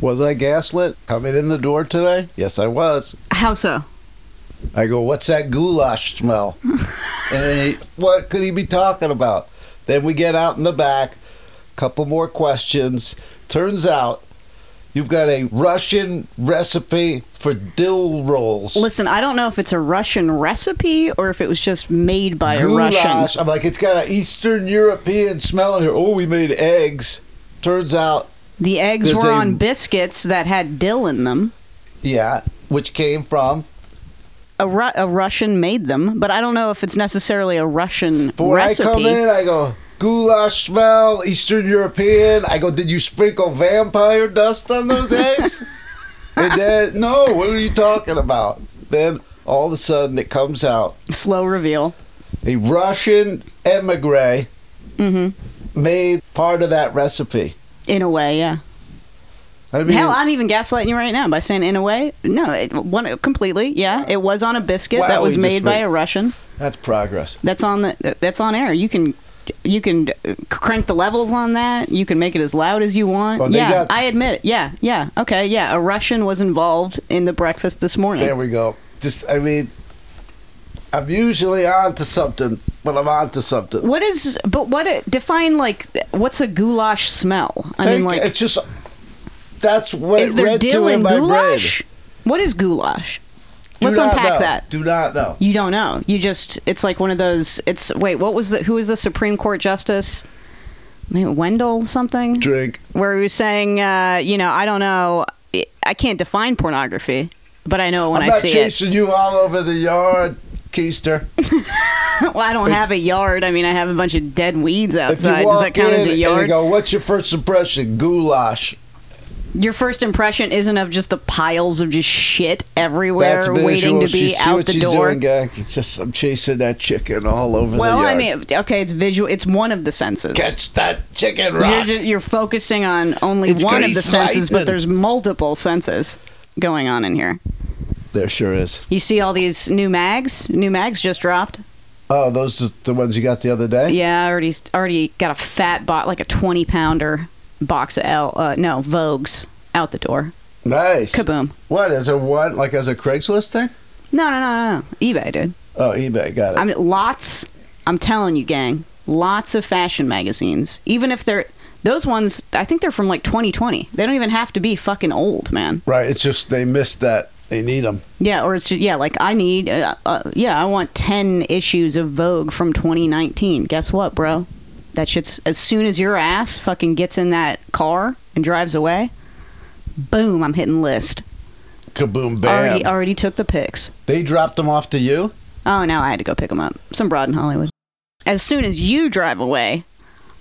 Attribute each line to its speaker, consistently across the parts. Speaker 1: Was I gaslit coming in the door today? Yes, I was.
Speaker 2: How so?
Speaker 1: I go, what's that goulash smell? and then he, what could he be talking about? Then we get out in the back, couple more questions. Turns out you've got a Russian recipe for dill rolls.
Speaker 2: Listen, I don't know if it's a Russian recipe or if it was just made by
Speaker 1: Goulash.
Speaker 2: a Russian.
Speaker 1: I'm like, it's got an Eastern European smell in here. Oh, we made eggs. Turns out,
Speaker 2: The eggs
Speaker 1: There's
Speaker 2: were
Speaker 1: a-
Speaker 2: on biscuits that had dill in them.
Speaker 1: yeah, which came from
Speaker 2: A, Ru- a Russian made them, but I don't know if it's necessarily a Russian
Speaker 1: But when
Speaker 2: recipe.
Speaker 1: I come in, I go goulash smell, Eastern European. I go, did you sprinkle vampire dust on those eggs? and then, no, what are you talking about? Then all of a sudden, it comes out
Speaker 2: Slow reveal.
Speaker 1: a Russian emigre
Speaker 2: hmm
Speaker 1: made part of that recipe.
Speaker 2: In a way, yeah.
Speaker 1: I mean,
Speaker 2: Hell, I'm even gaslighting you right now by saying in a way. No, it, one completely. Yeah, it was on a biscuit
Speaker 1: Wow,
Speaker 2: that was
Speaker 1: we just
Speaker 2: made by
Speaker 1: made-
Speaker 2: a Russian.
Speaker 1: that's progress.
Speaker 2: That's on the. That's on air. You can, you can crank the levels on that. You can make it as loud as you want.
Speaker 1: Well, they
Speaker 2: yeah,
Speaker 1: got-
Speaker 2: I admit it. Yeah, yeah. Okay, yeah. A Russian was involved in the breakfast this morning.
Speaker 1: There we go. Just, I mean, I'm usually on to something, but I'm on to something.
Speaker 2: What is? But what it- define like? What's a goulash smell? I mean,
Speaker 1: Think
Speaker 2: like,
Speaker 1: it's just that's what
Speaker 2: is
Speaker 1: it
Speaker 2: there
Speaker 1: read to
Speaker 2: dill
Speaker 1: in
Speaker 2: in
Speaker 1: my
Speaker 2: goulash? What is goulash?
Speaker 1: brain.
Speaker 2: Let's
Speaker 1: Do not
Speaker 2: unpack
Speaker 1: know.
Speaker 2: that.
Speaker 1: Do not know.
Speaker 2: You don't know. You just it's like one of those it's wait, what was the who was the Supreme Court justice? Maybe Wendell something?
Speaker 1: Drink.
Speaker 2: Where he was saying, uh, you know, I don't know I- I can't define pornography, but I know it when
Speaker 1: I'm
Speaker 2: I
Speaker 1: not
Speaker 2: see it.
Speaker 1: chasing you all over the yard, Keister.
Speaker 2: well, I don't have a
Speaker 1: It's-
Speaker 2: yard. I mean, I have a bunch of dead weeds
Speaker 1: If you
Speaker 2: outside.
Speaker 1: walk
Speaker 2: Does that count
Speaker 1: in
Speaker 2: as a
Speaker 1: and you
Speaker 2: yard?
Speaker 1: go, what's your first impression? Goulash.
Speaker 2: Your first impression isn't of just the piles of just shit everywhere
Speaker 1: That's visual.
Speaker 2: waiting to
Speaker 1: She-
Speaker 2: be
Speaker 1: see
Speaker 2: out
Speaker 1: what
Speaker 2: the
Speaker 1: she's
Speaker 2: door.
Speaker 1: Doing, gang? It's just I'm chasing that chicken all over
Speaker 2: well,
Speaker 1: the yard.
Speaker 2: I mean, okay, it's visual. It's one of the senses.
Speaker 1: catch that chicken
Speaker 2: You're,
Speaker 1: rock.
Speaker 2: ju- you're focusing on only
Speaker 1: It's
Speaker 2: one of
Speaker 1: grease
Speaker 2: the senses, but
Speaker 1: lightning.
Speaker 2: there's multiple senses going on in here.
Speaker 1: there sure is.
Speaker 2: You see all these new mags. New mags just dropped.
Speaker 1: Oh, those are the ones you got the other day.
Speaker 2: Yeah, I already already got a fat box, like a 20 pounder box of L, uh, no Vogues out the door.
Speaker 1: Nice.
Speaker 2: Kaboom.
Speaker 1: What is it? What like as a Craigslist thing?
Speaker 2: No, no, no, no, no. eBay, dude.
Speaker 1: Oh, eBay got it.
Speaker 2: I mean, lots. I'm telling you, gang. Lots of fashion magazines. Even if they're those ones, I think they're from like 2020. They don't even have to be fucking old, man.
Speaker 1: right. It's just they missed that. They need them.
Speaker 2: Yeah, or it's just, yeah, like I need, uh, uh, yeah, I want 10 issues of Vogue from 2019. Guess what, bro? That shit's, as soon as your ass fucking gets in that car and drives away, boom, I'm hitting list.
Speaker 1: Kaboom! Bam!
Speaker 2: Already, already took the pics.
Speaker 1: they dropped them off to you.
Speaker 2: Oh, no, I had to go pick them up. Some broad in Hollywood. As soon as you drive away,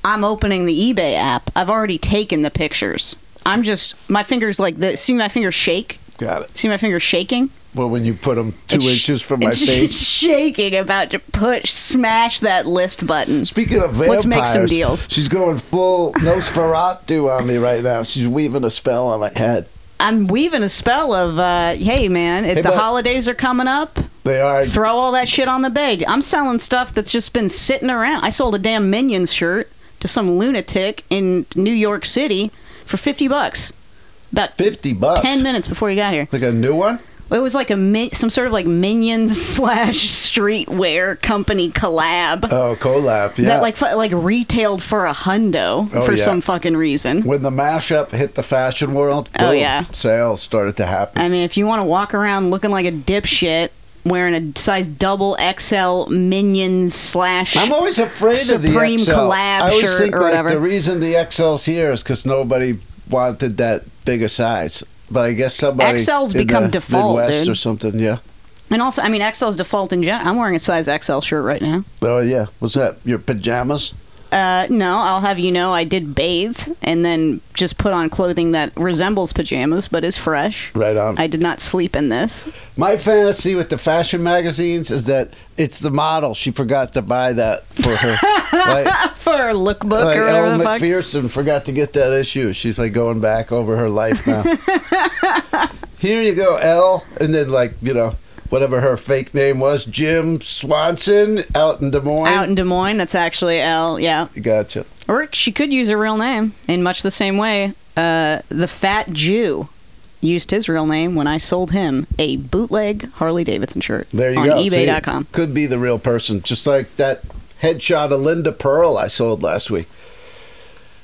Speaker 2: I'm opening the eBay app. I've already taken the pictures. I'm just, my fingers like this. See my fingers shake?
Speaker 1: Got it.
Speaker 2: See my fingers shaking?
Speaker 1: Well, when you put them two
Speaker 2: It's-
Speaker 1: inches from my
Speaker 2: it's
Speaker 1: face.
Speaker 2: shaking about to push, smash that list button.
Speaker 1: Speaking of vampires,
Speaker 2: Let's make some deals.
Speaker 1: She's going full Nosferatu on me right now. She's weaving a spell on my head.
Speaker 2: I'm weaving a spell of, uh, hey man, if
Speaker 1: Hey,
Speaker 2: the
Speaker 1: but-
Speaker 2: holidays are coming up,
Speaker 1: They are.
Speaker 2: throw all that shit on the bed. I'm selling stuff that's just been sitting around. I sold a damn Minions shirt to some lunatic in New York City for 50 bucks. About
Speaker 1: 50 bucks.
Speaker 2: 10 minutes before you got here.
Speaker 1: Like a new one?
Speaker 2: It was like a min- some sort of like Minions slash streetwear company collab.
Speaker 1: Oh, collab. Yeah.
Speaker 2: that like fu- like retailed for a hundo
Speaker 1: Oh,
Speaker 2: for
Speaker 1: yeah.
Speaker 2: some fucking reason.
Speaker 1: when the mashup hit the fashion world,
Speaker 2: Oh,
Speaker 1: boom,
Speaker 2: yeah.
Speaker 1: sales started to happen.
Speaker 2: I mean, if you want to walk around looking like a dipshit wearing a size double XL minion slash,
Speaker 1: I'm always afraid of
Speaker 2: Supreme
Speaker 1: the XL.
Speaker 2: collab
Speaker 1: I always
Speaker 2: shirt
Speaker 1: think
Speaker 2: or
Speaker 1: like
Speaker 2: whatever.
Speaker 1: the reason the XL's here is because nobody wanted that big a size. But I guess somebody
Speaker 2: XL's
Speaker 1: in
Speaker 2: become
Speaker 1: the
Speaker 2: default,
Speaker 1: Midwest
Speaker 2: dude.
Speaker 1: or something. Yeah.
Speaker 2: and also I mean XL's default in general. I'm wearing a size XL shirt right now.
Speaker 1: Oh yeah. What's that? Your pajamas?
Speaker 2: Uh, no, I'll have you know I did bathe and then just put on clothing that resembles pajamas but is fresh.
Speaker 1: Right on.
Speaker 2: I did not sleep in this.
Speaker 1: My fantasy with the fashion magazines is that it's the model. She forgot to buy that for her. like
Speaker 2: For a lookbook
Speaker 1: like
Speaker 2: or
Speaker 1: Elle
Speaker 2: whatever the fuck.
Speaker 1: McPherson forgot to get that issue. She's like going back over her life now. Here you go, Elle. And then, like, you know, whatever her fake name was, Jim Swanson out in Des Moines.
Speaker 2: Out in Des Moines, that's actually L. Yeah.
Speaker 1: gotcha.
Speaker 2: Or she could use her real name in much the same way uh, the fat Jew used his real name when I sold him a bootleg Harley Davidson shirt
Speaker 1: There you
Speaker 2: on
Speaker 1: go. See,
Speaker 2: eBay.com.
Speaker 1: could be the real person, just like that headshot of Linda Pearl I sold last week.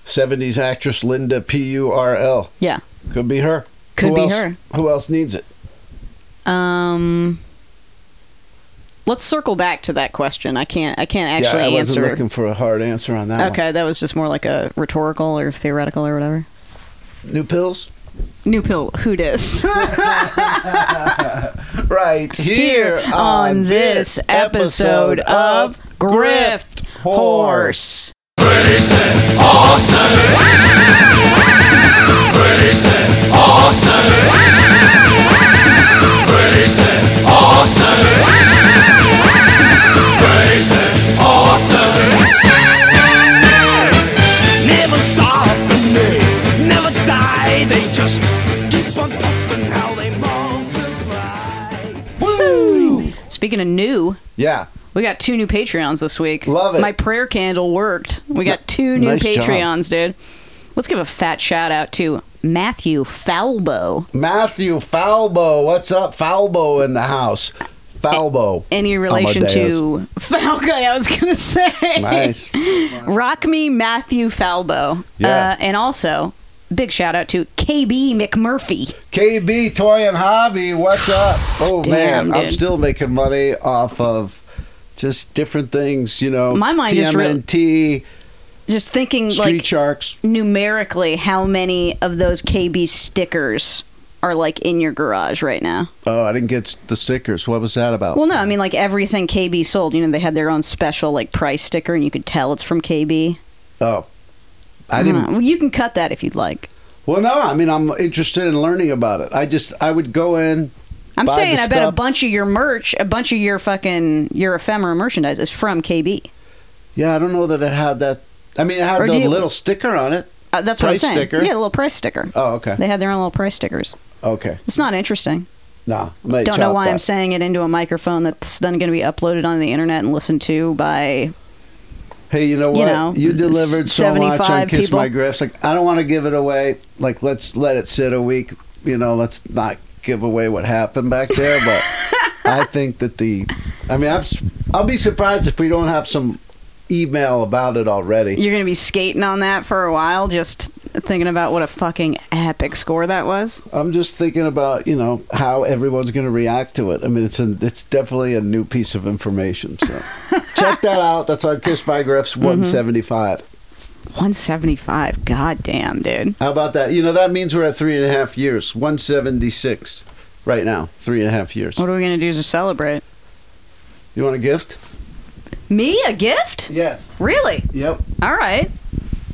Speaker 1: 70s actress Linda P U R L.
Speaker 2: Yeah.
Speaker 1: Could be her.
Speaker 2: Could
Speaker 1: Who
Speaker 2: be
Speaker 1: else-
Speaker 2: her.
Speaker 1: Who else needs it?
Speaker 2: Um, let's circle back to that question. I can't. I can't actually
Speaker 1: yeah, I wasn't
Speaker 2: answer.
Speaker 1: looking for a hard answer on that
Speaker 2: Okay, that was just more like a rhetorical or theoretical or
Speaker 1: one.
Speaker 2: whatever.
Speaker 1: New pills?
Speaker 2: New pill. Who dis?
Speaker 1: Right here
Speaker 2: on this episode of Grift Horse.
Speaker 3: Never stop and they never die. They just keep on pumping how they multiply.
Speaker 2: Speaking of new,
Speaker 1: Yeah.
Speaker 2: we got two new Patreons this week.
Speaker 1: Love it.
Speaker 2: My prayer candle worked. We got two new
Speaker 1: nice job.
Speaker 2: Patreons, dude. Let's give a fat shout out to Matthew Falbo.
Speaker 1: Matthew Falbo. What's up? Falbo in the house. Falbo.
Speaker 2: Any relation
Speaker 1: Amadeus.
Speaker 2: to Falco? I was gonna say.
Speaker 1: Nice.
Speaker 2: Rock me, Matthew Falbo.
Speaker 1: Yeah.
Speaker 2: Uh, and also, big shout out to KB McMurphy.
Speaker 1: KB Toy and Hobby, what's up? Oh
Speaker 2: Damn,
Speaker 1: man, I'm
Speaker 2: dude.
Speaker 1: still making money off of just different things, you know.
Speaker 2: My mind is real-
Speaker 1: TMNT,
Speaker 2: Just thinking,
Speaker 1: Street
Speaker 2: like
Speaker 1: Sharks.
Speaker 2: numerically, how many of those KB stickers are like in your garage right now?
Speaker 1: Oh, I didn't get the stickers. What was that about?
Speaker 2: Well, no, I mean like everything KB sold. You know, they had their own special like price sticker, and you could tell it's from KB.
Speaker 1: oh, I
Speaker 2: I don't know.
Speaker 1: didn't.
Speaker 2: Well, you can cut that if you'd like.
Speaker 1: Well, no, I mean I'm interested in learning about it. I just I would go in.
Speaker 2: I'm
Speaker 1: buy
Speaker 2: saying
Speaker 1: the
Speaker 2: I bet a
Speaker 1: stuff.
Speaker 2: bunch of your merch, a bunch of your fucking your ephemera merchandise is from KB.
Speaker 1: Yeah, I don't know that it had that. I mean, it had
Speaker 2: Or
Speaker 1: the
Speaker 2: do you-
Speaker 1: little sticker on it.
Speaker 2: Uh, that's
Speaker 1: Price
Speaker 2: what I'm saying.
Speaker 1: sticker?
Speaker 2: Yeah, the little price sticker.
Speaker 1: Oh, okay,
Speaker 2: They had their own little price stickers.
Speaker 1: okay.
Speaker 2: It's not interesting.
Speaker 1: No, I might
Speaker 2: Don't know
Speaker 1: chop
Speaker 2: why I'm
Speaker 1: that.
Speaker 2: saying it into a microphone that's then going to be uploaded on the internet and listened to by.
Speaker 1: Hey, you know what?
Speaker 2: you
Speaker 1: You,
Speaker 2: know,
Speaker 1: delivered so much on
Speaker 2: 75
Speaker 1: Kiss
Speaker 2: people.
Speaker 1: My Griffs. Like, I don't want to give it away. Like, let's let it sit a week. You know, let's not give away what happened back there. But I think that the, I mean, I'm, s- I'll be surprised if we don't have some email about it already.
Speaker 2: You're going to be skating on that for a while, just thinking about what a fucking epic score that was.
Speaker 1: I'm just thinking about you know how everyone's going to react to it. I mean, it's a, it's definitely a new piece of information. So check that out. That's on Kiss My Griffs
Speaker 2: Mm-hmm.
Speaker 1: 175.
Speaker 2: 175. God damn, dude.
Speaker 1: How about that? You know, that means we're at three and a half years. 176 right now. Three and a half years.
Speaker 2: What are we going to do to celebrate?
Speaker 1: You want a gift?
Speaker 2: Me a gift?
Speaker 1: Yes.
Speaker 2: Really?
Speaker 1: Yep.
Speaker 2: All right.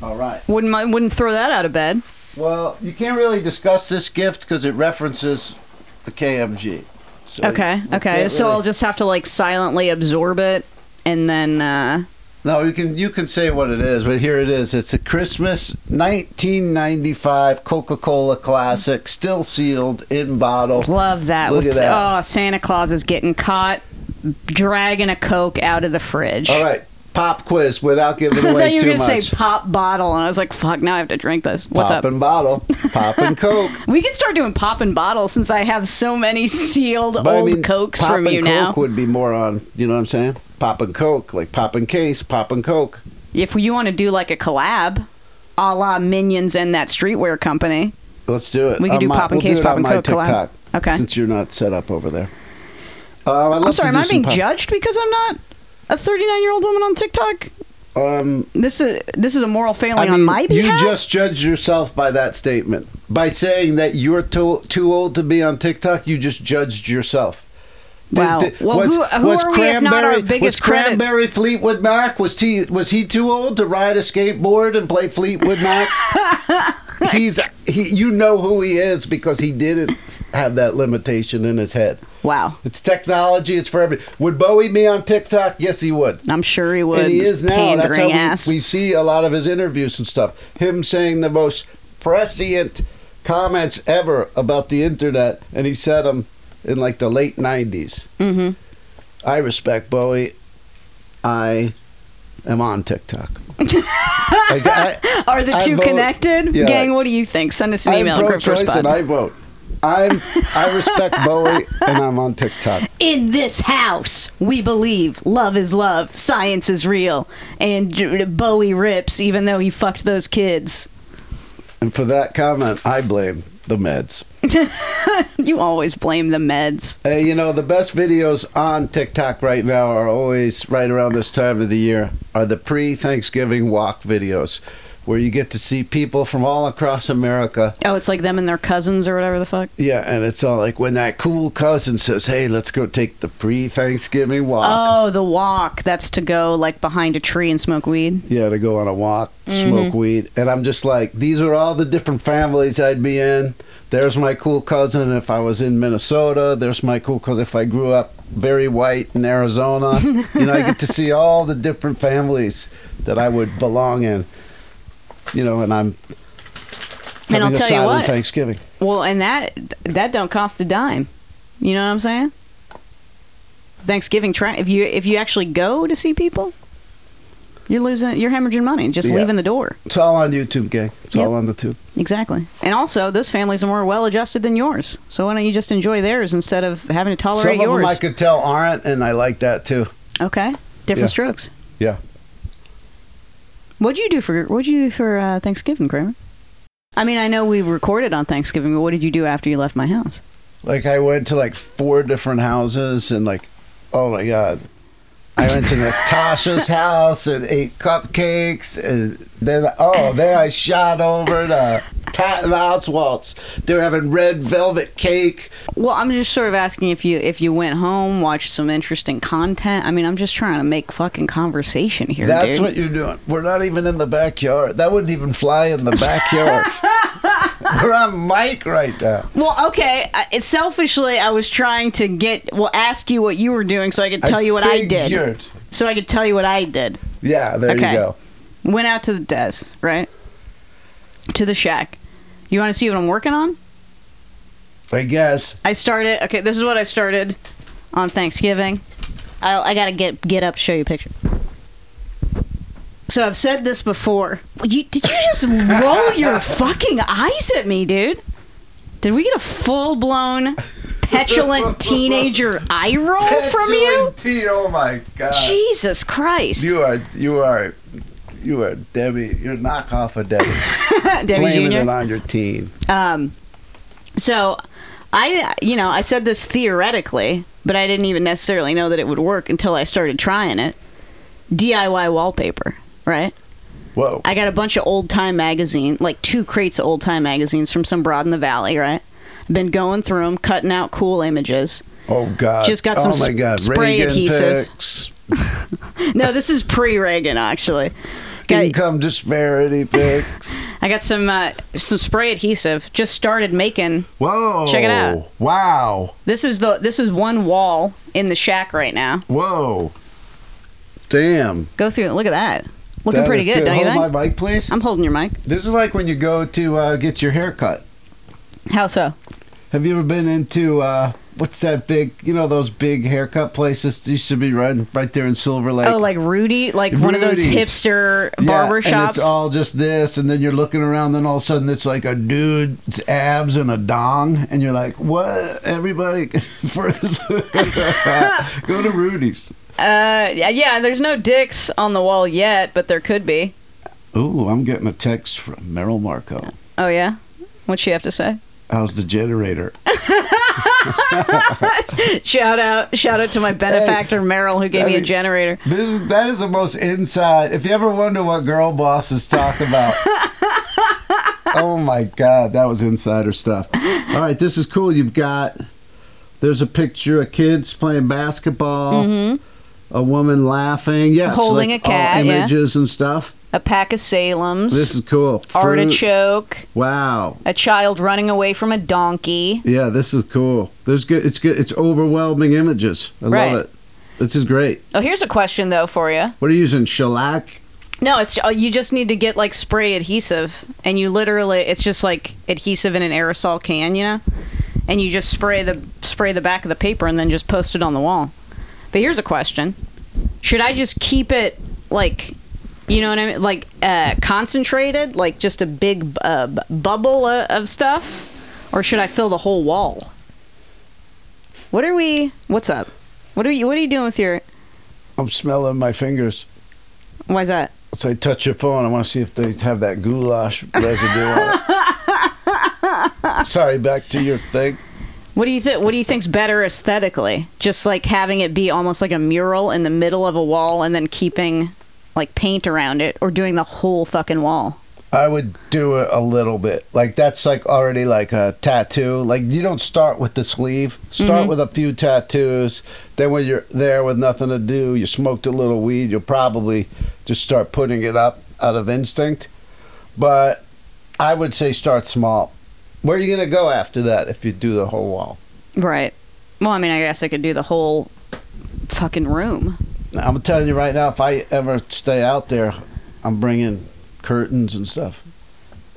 Speaker 1: All right.
Speaker 2: Wouldn't mi- wouldn't throw that out of bed.
Speaker 1: Well, you can't really discuss this gift because it references the KMG. So
Speaker 2: okay.
Speaker 1: you- you
Speaker 2: Okay.
Speaker 1: can't
Speaker 2: So
Speaker 1: really-
Speaker 2: I'll just have to like silently absorb it and then uh
Speaker 1: No, you can you can say what it is, but here it is. It's a Christmas 1995 Coca-Cola classic, still sealed in bottle.
Speaker 2: love that.
Speaker 1: Look at that.
Speaker 2: Oh, Santa Claus is getting caught dragging a coke out of the fridge.
Speaker 1: All right. Pop quiz without
Speaker 2: I
Speaker 1: giving
Speaker 2: thought
Speaker 1: away
Speaker 2: you were
Speaker 1: too
Speaker 2: gonna
Speaker 1: much.
Speaker 2: say pop bottle, and I was like, "Fuck! Now I have to drink this." What's
Speaker 1: pop
Speaker 2: up?
Speaker 1: and bottle, pop and coke.
Speaker 2: We could start doing pop and bottle since I have so many sealed
Speaker 1: But
Speaker 2: old cokes
Speaker 1: pop
Speaker 2: from
Speaker 1: and
Speaker 2: you
Speaker 1: coke
Speaker 2: now.
Speaker 1: would be more on, you know what I'm saying? Pop and coke, like pop and case, pop and coke.
Speaker 2: if you want to do like a collab, a la Minions and that streetwear company,
Speaker 1: Let's do it.
Speaker 2: We could
Speaker 1: On
Speaker 2: do
Speaker 1: my-
Speaker 2: pop and
Speaker 1: we'll do
Speaker 2: case,
Speaker 1: it
Speaker 2: pop
Speaker 1: on
Speaker 2: and
Speaker 1: my
Speaker 2: coke collab.
Speaker 1: TikTok,
Speaker 2: Okay.
Speaker 1: Since you're not set up over there. Um, I'd love
Speaker 2: I'm
Speaker 1: to
Speaker 2: sorry, am
Speaker 1: do
Speaker 2: I
Speaker 1: some
Speaker 2: being
Speaker 1: pop-
Speaker 2: judged because I'm not a 39 year old woman on TikTok?
Speaker 1: Um,
Speaker 2: This is this is a moral failing
Speaker 1: I mean,
Speaker 2: on my behalf.
Speaker 1: you just judged yourself by that statement. By saying that you're too, too old to be on TikTok, you just judged yourself. Did-
Speaker 2: Wow.
Speaker 1: did-
Speaker 2: Well, who- who are we if not our
Speaker 1: Cranberry- was
Speaker 2: biggest
Speaker 1: Cranberry Fleetwood Mac? Was he was he too old to ride a skateboard and play Fleetwood Mac? He's he, you know who he is because he didn't have that limitation in his head.
Speaker 2: wow,
Speaker 1: It's technology. It's for every. Would Bowie be on TikTok? Yes, he would.
Speaker 2: I'm sure he would.
Speaker 1: And he is now. That's
Speaker 2: Pandering
Speaker 1: how we,
Speaker 2: ass.
Speaker 1: we see a lot of his interviews and stuff. Him saying the most prescient comments ever about the internet, and he said them in like the
Speaker 2: Mm-hmm.
Speaker 1: late '90s.
Speaker 2: Mhm.
Speaker 1: I respect Bowie. I am on TikTok. Like, I,
Speaker 2: Are the
Speaker 1: I
Speaker 2: two
Speaker 1: vote-
Speaker 2: connected?
Speaker 1: yeah.
Speaker 2: Gang, what do you think? Send us an
Speaker 1: I'm
Speaker 2: email at
Speaker 1: pro-choice
Speaker 2: gripperspot.
Speaker 1: and I vote. I'm I respect Bowie and I'm on TikTok.
Speaker 2: In this house, we believe love is love, science is real, and J- Bowie rips even though he fucked those kids.
Speaker 1: And for that comment, I blame the meds.
Speaker 2: You always blame the meds.
Speaker 1: Hey, you know the best videos on TikTok right now are always right around this time of the year are the pre-Thanksgiving walk videos, where you get to see people from all across America
Speaker 2: Oh, it's like them and their cousins or whatever the fuck.
Speaker 1: Yeah, and it's all like when that cool cousin says, "Hey, let's go take the pre-Thanksgiving walk."
Speaker 2: Oh, the walk. That's to go like behind a tree and smoke weed.
Speaker 1: Yeah, to go on a walk,
Speaker 2: Mm-hmm.
Speaker 1: smoke weed, and I'm just like, these are all the different families I'd be in. There's my cool cousin if I was in Minnesota. There's my cool cousin if I grew up very white in Arizona. you know, I get to see all the different families that I would belong in. You know, and I'm
Speaker 2: And I'll
Speaker 1: having a
Speaker 2: tell you
Speaker 1: silent
Speaker 2: what.
Speaker 1: Thanksgiving.
Speaker 2: Well, and that that don't cost a dime. You know what I'm saying? Thanksgiving tra- if you if you actually go to see people, you're losing you're hemorrhaging money just
Speaker 1: Yeah.
Speaker 2: leaving the door.
Speaker 1: It's all on YouTube, gang. It's
Speaker 2: Yep.
Speaker 1: all on the tube.
Speaker 2: Exactly. And also, those families are more well adjusted than yours. So why don't you just enjoy theirs instead of having to tolerate
Speaker 1: Some of
Speaker 2: yours?
Speaker 1: them I could tell aren't, and I like that too.
Speaker 2: okay. Different
Speaker 1: Yeah.
Speaker 2: strokes.
Speaker 1: Yeah.
Speaker 2: What'd you do for What'd you do for uh, Thanksgiving, Kramer? I mean, I know we recorded on Thanksgiving, but what did you do after you left my house?
Speaker 1: Like I went to like four different houses and like, oh my god, I went to Natasha's house and ate cupcakes and then oh then I shot over to Patton Oswalt's. They're having red velvet cake.
Speaker 2: Well, I'm just sort of asking if you if you went home, watched some interesting content. I mean, I'm just trying to make fucking conversation here,
Speaker 1: That's
Speaker 2: dude.
Speaker 1: what you're doing. We're not even in the backyard. That wouldn't even fly in the backyard. We're on mic right now.
Speaker 2: well, okay. I, it- selfishly, I was trying to get well, ask you what you were doing, so I could tell you what I did.
Speaker 1: figured.
Speaker 2: So I could tell you what I did.
Speaker 1: Yeah, there
Speaker 2: Okay.
Speaker 1: you go.
Speaker 2: Went out to the Des, right? To the shack. You want to see what I'm working on?
Speaker 1: I guess.
Speaker 2: I started. Okay, this is what I started on Thanksgiving. I, I gotta get get up, show you a picture. So I've said this before. You, did you just roll your fucking eyes at me, dude? Did we get a full blown petulant teenager eye roll Oh, from you?
Speaker 1: Petulant tea, Oh my god.
Speaker 2: Jesus Christ!
Speaker 1: You are you are you are Debbie. You're knockoff of Debbie.
Speaker 2: Debbie
Speaker 1: Blaming
Speaker 2: Junior.
Speaker 1: it on your team.
Speaker 2: Um, so I, you know, I said this theoretically, but I didn't even necessarily know that it would work until I started trying it. DIY wallpaper, right?
Speaker 1: Whoa.
Speaker 2: I got a bunch of old time magazine, like two crates of old time magazines from some broad in the valley, right? Been going through them, cutting out cool images.
Speaker 1: oh god.
Speaker 2: Just got some
Speaker 1: oh my
Speaker 2: sp-
Speaker 1: god.
Speaker 2: spray
Speaker 1: Reagan
Speaker 2: adhesive.
Speaker 1: Picks,
Speaker 2: No, this is pre Reagan, actually. Got,
Speaker 1: income disparity picks.
Speaker 2: I got some uh, some spray adhesive. Just started making
Speaker 1: Whoa.
Speaker 2: Check it out.
Speaker 1: Wow.
Speaker 2: this is the this is one wall in the shack right now.
Speaker 1: Whoa. Damn.
Speaker 2: Go through it. Look at that. Looking
Speaker 1: That
Speaker 2: pretty
Speaker 1: is
Speaker 2: good, don't you
Speaker 1: Hold
Speaker 2: think?
Speaker 1: my mic, please.
Speaker 2: I'm holding your mic.
Speaker 1: This is like when you go to uh, get your hair cut.
Speaker 2: How so?
Speaker 1: Have you ever been into uh, what's that big? You know those big haircut places that used to be right right there in Silver Lake.
Speaker 2: oh, like Rudy, like one of those
Speaker 1: Rudy's.
Speaker 2: hipster
Speaker 1: Yeah,
Speaker 2: barber
Speaker 1: And
Speaker 2: shops.
Speaker 1: it's all just this, and then you're looking around, then all of a sudden it's like a dude's abs and a dong, and you're like, what? Everybody, first, go to Rudy's.
Speaker 2: uh, yeah, yeah, there's no dicks on the wall yet, but there could be.
Speaker 1: Ooh, I'm getting a text from Meryl Marco.
Speaker 2: Oh yeah, what'd she have to say?
Speaker 1: How's the generator?
Speaker 2: shout out, shout out to my benefactor Merrill who gave
Speaker 1: I
Speaker 2: me a
Speaker 1: mean-
Speaker 2: generator.
Speaker 1: This is, that is the most inside. If you ever wonder what girl bosses talk about. oh my god, that was insider stuff. All right, this is cool. You've got there's a picture of kids playing basketball. A woman laughing. Yeah, it's
Speaker 2: Mm-hmm. Holding
Speaker 1: like
Speaker 2: a cat,
Speaker 1: All
Speaker 2: yeah.
Speaker 1: images and stuff.
Speaker 2: A pack of Salem's,
Speaker 1: This is cool. Fruit.
Speaker 2: artichoke,
Speaker 1: Wow.
Speaker 2: a child running away from a donkey.
Speaker 1: Yeah, this is cool. There's good. It's good. It's overwhelming images. I
Speaker 2: Right.
Speaker 1: love it. This is great.
Speaker 2: Oh, here's a question though for you.
Speaker 1: What are you using? Shellac.
Speaker 2: No, it's oh, you just need to get like spray adhesive, and you literally it's just like adhesive in an aerosol can, you know, and you just spray the spray the back of the paper and then just post it on the wall. But here's a question: Should I just keep it like you know what I mean? Like uh, concentrated, like just a big uh, b- bubble uh, of stuff, or should I fill the whole wall? What are we? What's up? What are you? What are you doing with your?
Speaker 1: I'm smelling my fingers.
Speaker 2: Why's that?
Speaker 1: So I touch your phone. I want to see if they have that goulash residue on it. Sorry, back to your thing.
Speaker 2: What do you think? What do you think's better aesthetically? Just like having it be almost like a mural in the middle of a wall, and then keeping like paint around it, or doing the whole fucking wall.
Speaker 1: I would do it a little bit. Like that's like already like a tattoo. Like you don't start with the sleeve. Start with a few tattoos. Then when you're there with nothing to do, you smoked a little weed, you'll probably just start putting it up out of instinct. But I would say start small. Where are you gonna go after that if you do the whole wall?
Speaker 2: Right. Well, I mean, I guess I could do the whole fucking room.
Speaker 1: I'm telling you right now, if I ever stay out there, I'm bringing curtains and stuff.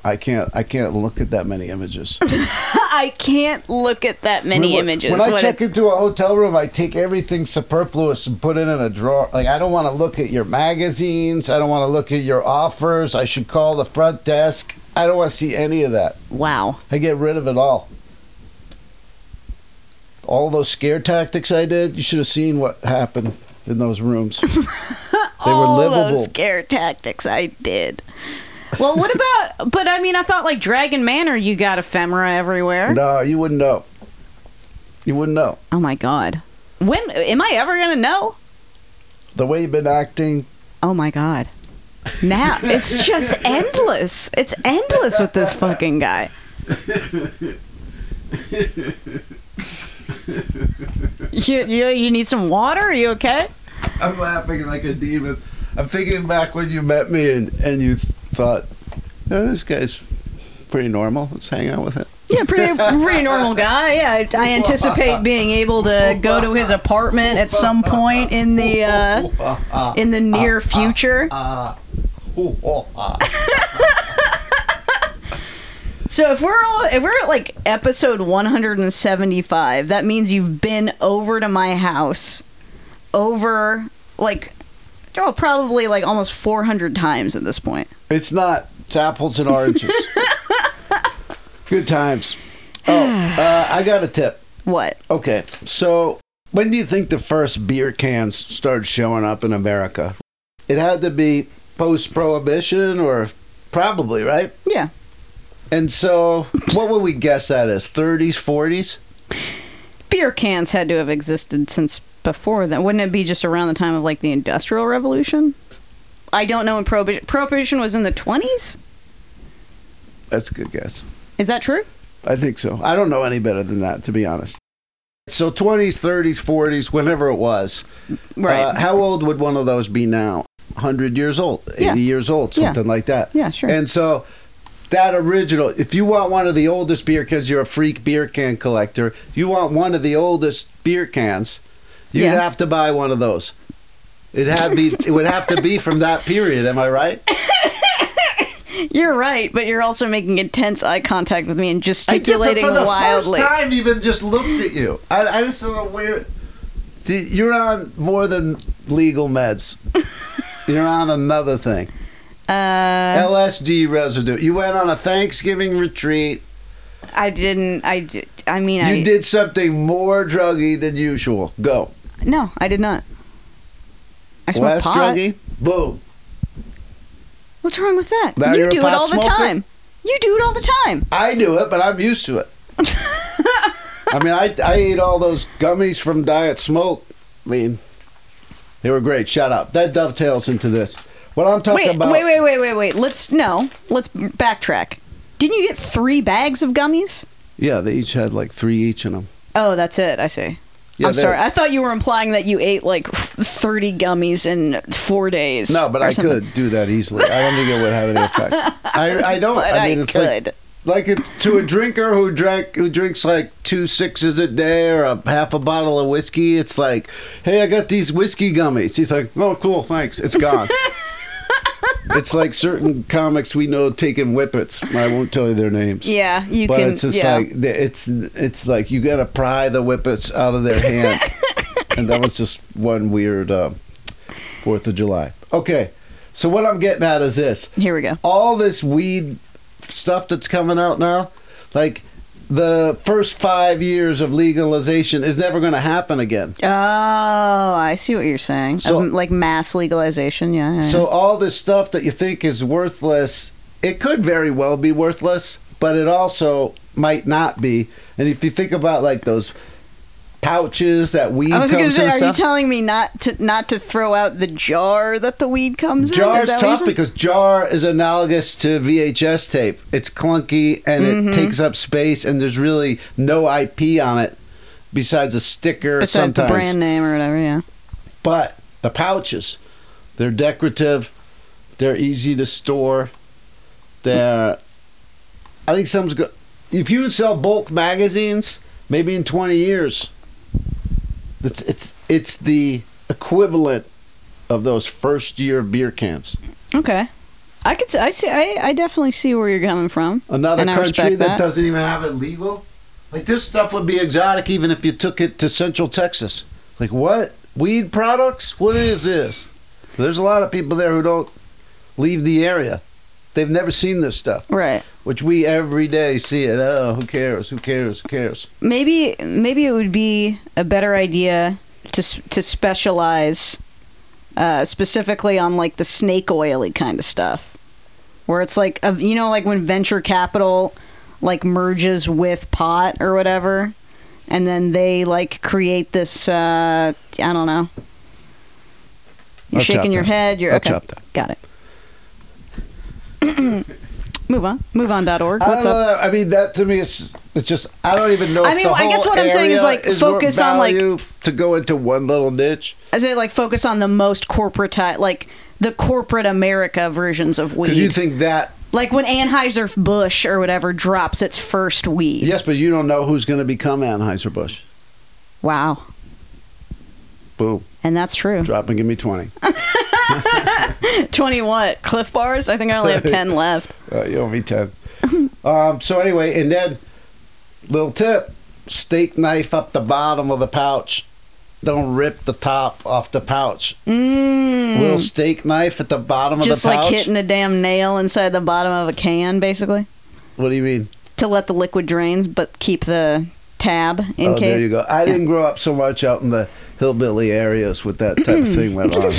Speaker 1: I can't. I can't look at that many images.
Speaker 2: I can't look at that many
Speaker 1: When-
Speaker 2: images.
Speaker 1: When I
Speaker 2: What
Speaker 1: check
Speaker 2: it's-
Speaker 1: into a hotel room, I take everything superfluous and put it in a drawer. Like I don't want to look at your magazines. I don't want to look at your offers. I should call the front desk. I don't want to see any of that.
Speaker 2: wow.
Speaker 1: I get rid of it all. All those scare tactics I did. You should have seen what happened in those rooms. they were
Speaker 2: All
Speaker 1: livable.
Speaker 2: those scare tactics I did. Well, what about? but I mean, I thought like Dragon Manor, you got ephemera everywhere.
Speaker 1: No, you wouldn't know. You wouldn't know.
Speaker 2: Oh my god. When am I ever gonna know?
Speaker 1: The way you've been acting,
Speaker 2: Oh my god. Now it's just endless. It's endless with this fucking guy. You, you, you need some water? Are you okay?
Speaker 1: I'm laughing like a demon. I'm thinking back when you met me and, and you th- thought, "Oh, this guy's pretty normal. Let's hang out with him.
Speaker 2: Yeah, pretty pretty normal guy. Yeah, I, I anticipate being able to go to his apartment at some point in the uh, in the near future.
Speaker 1: Ooh, oh, ah.
Speaker 2: So if we're all if we're at like episode 175, that means you've been over to my house over like oh, probably like almost 400 times at this point.
Speaker 1: It's not. It's apples and oranges. Good times. Oh, uh, I got a tip.
Speaker 2: What?
Speaker 1: Okay, so when do you think the first beer cans started showing up in America? It had to be post prohibition or probably, right?
Speaker 2: Yeah.
Speaker 1: And so, what would we guess that is? 30s, 40s?
Speaker 2: Beer cans had to have existed since before then. Wouldn't it be just around the time of like the industrial revolution? I don't know when prohibition prohibition was in the 20s?
Speaker 1: That's a good guess.
Speaker 2: Is that true?
Speaker 1: I think so. I don't know any better than that, to be honest. So, 20s, 30s, 40s, whenever it was.
Speaker 2: Right.
Speaker 1: Uh, how old would one of those be now? 100 years old, 80
Speaker 2: Yeah.
Speaker 1: years old,
Speaker 2: Yeah.
Speaker 1: something like that.
Speaker 2: Yeah, sure.
Speaker 1: And so, that original, if you want one of the oldest beer cans, you're a freak beer can collector, you want one of the oldest beer cans, you'd
Speaker 2: Yeah.
Speaker 1: have to buy one of those. It had be it would have to be from that period, am I right?
Speaker 2: You're right, but you're also making intense eye contact with me and
Speaker 1: I just-
Speaker 2: gesticulating
Speaker 1: for the
Speaker 2: wildly.
Speaker 1: First time, even just looked at you. I, I just don't know where. The- You're on more than legal meds. You're on another thing.
Speaker 2: Uh,
Speaker 1: LSD residue. You went on a Thanksgiving retreat.
Speaker 2: I didn't. I. d- I mean, I
Speaker 1: You did something more druggy than usual. Go.
Speaker 2: No, I did not. I smoked
Speaker 1: Less
Speaker 2: pot.
Speaker 1: druggy. Boom.
Speaker 2: What's wrong with that?
Speaker 1: Now
Speaker 2: you
Speaker 1: you're a
Speaker 2: do it
Speaker 1: pot
Speaker 2: all the
Speaker 1: smoker?
Speaker 2: time. You do it all the time.
Speaker 1: I do it, but I'm used to it. I mean, I I ate all those gummies from Diet Smoke. I mean, they were great. Shout out. That dovetails into this. What I'm talking
Speaker 2: Wait,
Speaker 1: about.
Speaker 2: wait, wait, wait, wait, wait. Let's no. Let's backtrack. Didn't you get three bags of gummies?
Speaker 1: Yeah, they each had like three each in them.
Speaker 2: Oh, that's it. I see.
Speaker 1: Yeah,
Speaker 2: I'm
Speaker 1: they-
Speaker 2: sorry. I thought you were implying that you ate like f- 30 gummies in four days.
Speaker 1: No, but
Speaker 2: or
Speaker 1: I
Speaker 2: something.
Speaker 1: could do that easily. I don't think it would have any effect. I, I don't.
Speaker 2: But
Speaker 1: I mean,
Speaker 2: I
Speaker 1: it's
Speaker 2: could.
Speaker 1: like like it's to a drinker who drank who drinks like two sixes a day or a half a bottle of whiskey. It's like, hey, I got these whiskey gummies. He's like, oh, cool, thanks. It's gone. it's like certain comics we know taking whippets. I won't tell you their names.
Speaker 2: Yeah, you
Speaker 1: but
Speaker 2: can.
Speaker 1: it's just
Speaker 2: yeah.
Speaker 1: like it's it's like you gotta pry the whippets out of their hand and that was just one weird uh, fourth of july Okay. So what I'm getting at is this.
Speaker 2: Here we go.
Speaker 1: all this weed stuff that's coming out now, like the first five years of legalization is never going to happen again.
Speaker 2: Oh, I see what you're saying.
Speaker 1: So-
Speaker 2: Um, like mass legalization, yeah. yeah,
Speaker 1: So all this stuff that you think is worthless, it could very well be worthless, but it also might not be. And if you think about like those pouches that weed
Speaker 2: yeah. I was gonna
Speaker 1: comes
Speaker 2: say,
Speaker 1: in,
Speaker 2: are
Speaker 1: and
Speaker 2: you
Speaker 1: stuff,
Speaker 2: telling me not to not to throw out the jar that the weed comes in?
Speaker 1: jar
Speaker 2: Is
Speaker 1: is
Speaker 2: that what you're
Speaker 1: tough
Speaker 2: saying?
Speaker 1: because jar is analogous to VHS tape. It's clunky and
Speaker 2: Mm-hmm.
Speaker 1: it takes up space, and there's really no IP on it besides a sticker.
Speaker 2: besides
Speaker 1: sometimes.
Speaker 2: the brand name or whatever, yeah.
Speaker 1: But the pouches, they're decorative, they're easy to store. They're, I think some's good. If you sell bulk magazines, maybe in twenty years, it's it's it's the equivalent of those first year beer cans.
Speaker 2: Okay. I could. s- I see. I, I definitely see where you're coming from.
Speaker 1: Another
Speaker 2: And I
Speaker 1: country
Speaker 2: respect
Speaker 1: that
Speaker 2: that.
Speaker 1: doesn't even have it legal, like this stuff would be exotic even if you took it to Central Texas. Like what weed products? What is this? There's a lot of people there who don't leave the area. They've never seen this stuff,
Speaker 2: Right.
Speaker 1: which we every day see it. Oh, who cares? Who cares? Who cares?
Speaker 2: Maybe maybe it would be a better idea to s- to specialize uh, specifically on like the snake oily kind of stuff, where it's like of you know like when venture capital like merges with pot or whatever, and then they like create this uh, I don't know. You're
Speaker 1: I'll chop
Speaker 2: shaking your
Speaker 1: that.
Speaker 2: head. You're
Speaker 1: I'll
Speaker 2: okay.
Speaker 1: chop that.
Speaker 2: Got it. Move on. MoveOn.org.
Speaker 1: I
Speaker 2: What's
Speaker 1: don't
Speaker 2: up?
Speaker 1: know. I mean, that to me is it's just I don't even know.
Speaker 2: I
Speaker 1: if
Speaker 2: mean,
Speaker 1: the
Speaker 2: I guess
Speaker 1: whole
Speaker 2: what I'm saying is,
Speaker 1: area
Speaker 2: like,
Speaker 1: worth
Speaker 2: focus on, like-
Speaker 1: value to go into one little niche.
Speaker 2: Is it like focus on the most corporate, like the corporate America versions of weed?
Speaker 1: Because you think that
Speaker 2: like when Anheuser Busch or whatever drops its first weed.
Speaker 1: yes, but you don't know who's going to become Anheuser Busch.
Speaker 2: Wow.
Speaker 1: Boom.
Speaker 2: And that's true.
Speaker 1: Drop and give me 20.
Speaker 2: Twenty what? Cliff bars? I think I only have ten left.
Speaker 1: Uh, you owe me 10. um, so, anyway, and then, little tip steak knife up the bottom of the pouch. Don't rip the top off the pouch.
Speaker 2: Mm.
Speaker 1: Little steak knife at the bottom
Speaker 2: Just
Speaker 1: of the
Speaker 2: like
Speaker 1: pouch.
Speaker 2: hitting a damn nail inside the bottom of a can, basically,
Speaker 1: what do you mean?
Speaker 2: to let the liquid drains, but keep the tab in
Speaker 1: oh,
Speaker 2: case.
Speaker 1: there you go. I didn't grow up so much out in the hillbilly areas with that type of thing went on.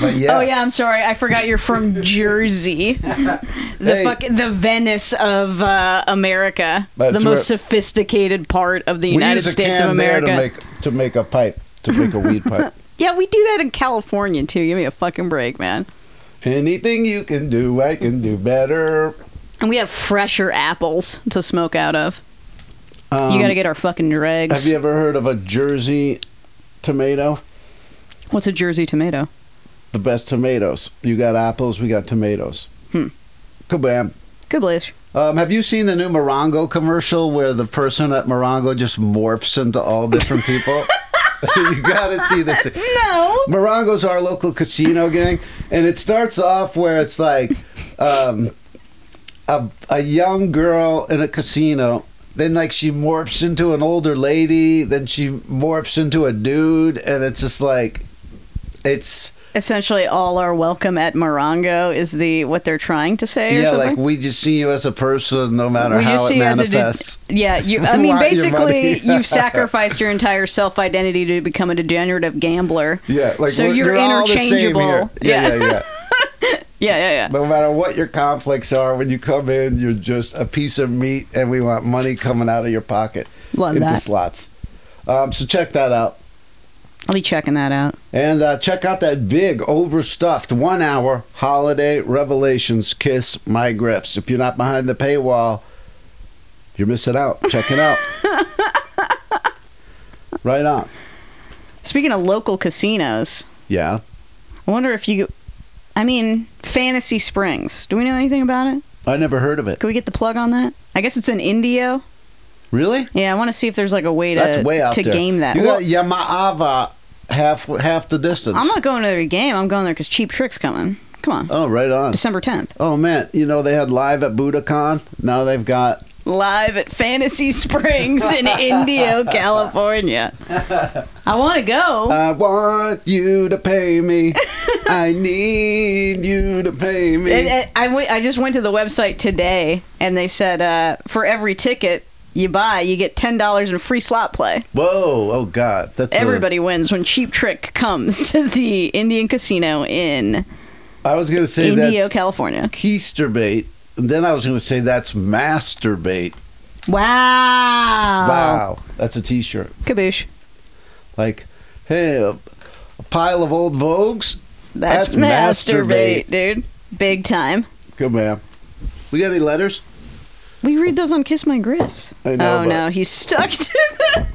Speaker 1: But yeah.
Speaker 2: Oh yeah, I'm sorry. I forgot you're from Jersey, the
Speaker 1: Hey.
Speaker 2: fuck, the Venice of uh, America,
Speaker 1: That's
Speaker 2: the
Speaker 1: where-
Speaker 2: most sophisticated part of the
Speaker 1: We
Speaker 2: United
Speaker 1: use a
Speaker 2: States
Speaker 1: can
Speaker 2: of America.
Speaker 1: There to, make, to make a pipe, to make a weed pipe.
Speaker 2: yeah, we do that in California too. Give me a fucking break, man.
Speaker 1: Anything you can do, I can do better.
Speaker 2: And we have fresher apples to smoke out of.
Speaker 1: Um,
Speaker 2: you got to get our fucking dregs.
Speaker 1: Have you ever heard of a Jersey tomato?
Speaker 2: What's a Jersey tomato?
Speaker 1: The best tomatoes. You got apples, we got tomatoes.
Speaker 2: Hmm.
Speaker 1: Kabam.
Speaker 2: Good blaze.
Speaker 1: Um, have you seen the new Morongo commercial where the person at Morongo just morphs into all different people? you gotta see this.
Speaker 2: No.
Speaker 1: Morongo's our local casino gang, and it starts off where it's like um, a a young girl in a casino. Then like she morphs into an older lady, then she morphs into a dude, and it's just like it's
Speaker 2: Essentially, all our welcome at Morongo is the what they're trying to say, or
Speaker 1: yeah,
Speaker 2: something.
Speaker 1: like we just see you as a person, no matter
Speaker 2: We
Speaker 1: how
Speaker 2: just
Speaker 1: it
Speaker 2: see you as a
Speaker 1: manifests.
Speaker 2: de- yeah. You, I
Speaker 1: We
Speaker 2: mean,
Speaker 1: want your
Speaker 2: basically,
Speaker 1: money.
Speaker 2: you've sacrificed your entire self identity to become a degenerative gambler.
Speaker 1: yeah, like
Speaker 2: so
Speaker 1: we're-
Speaker 2: you're,
Speaker 1: you're all the same
Speaker 2: interchangeable.
Speaker 1: here.
Speaker 2: yeah.
Speaker 1: yeah, yeah. yeah.
Speaker 2: yeah, yeah, yeah.
Speaker 1: No matter what your conflicts are, when you come in, you're just a piece of meat, and we want money coming out of your pocket
Speaker 2: Love
Speaker 1: into
Speaker 2: that.
Speaker 1: slots. Um, so check that out,
Speaker 2: I'll be checking that out.
Speaker 1: and uh, check out that big overstuffed one-hour holiday revelations. Kiss my griffs. If you're not behind the paywall, you're missing out. Check it out. right on.
Speaker 2: Speaking of local casinos,
Speaker 1: Yeah.
Speaker 2: I wonder if you. I mean, Fantasy Springs. Do we know anything about it?
Speaker 1: I never heard of it.
Speaker 2: Could we get the plug on that? I guess it's in Indio.
Speaker 1: Really?
Speaker 2: Yeah, I want to see if there's like a way to
Speaker 1: That's way out
Speaker 2: to
Speaker 1: there.
Speaker 2: game that.
Speaker 1: You
Speaker 2: Well,
Speaker 1: got Yamaava half half the distance.
Speaker 2: I'm not going to the game. I'm going there because Cheap Trick's coming. Come on,
Speaker 1: oh, right on.
Speaker 2: December 10th.
Speaker 1: Oh man, you know they had live at Budokan. Now they've got
Speaker 2: live at Fantasy Springs in Indio, California. I want to go.
Speaker 1: I want you to pay me. I need you to pay me.
Speaker 2: And- and I went- I just went to the website today, and they said uh, for every ticket you buy, you get ten dollars in free slot play.
Speaker 1: Whoa! Oh God, that's a-
Speaker 2: Everybody wins when Cheap Trick comes to the Indian Casino in
Speaker 1: I was gonna say
Speaker 2: Indio,
Speaker 1: that's
Speaker 2: California.
Speaker 1: keisterbait. and Then I was gonna say that's masturbate.
Speaker 2: Wow.
Speaker 1: Wow, that's a T-shirt.
Speaker 2: Kaboosh.
Speaker 1: Like, hey, a, a pile of old vogues. That's
Speaker 2: That's,
Speaker 1: masturbate.
Speaker 2: masturbate, dude. Big time.
Speaker 1: Come on. We got any letters?
Speaker 2: We read those on Kiss My Griffs.
Speaker 1: I know,
Speaker 2: oh
Speaker 1: but-
Speaker 2: no, he's stuck to the.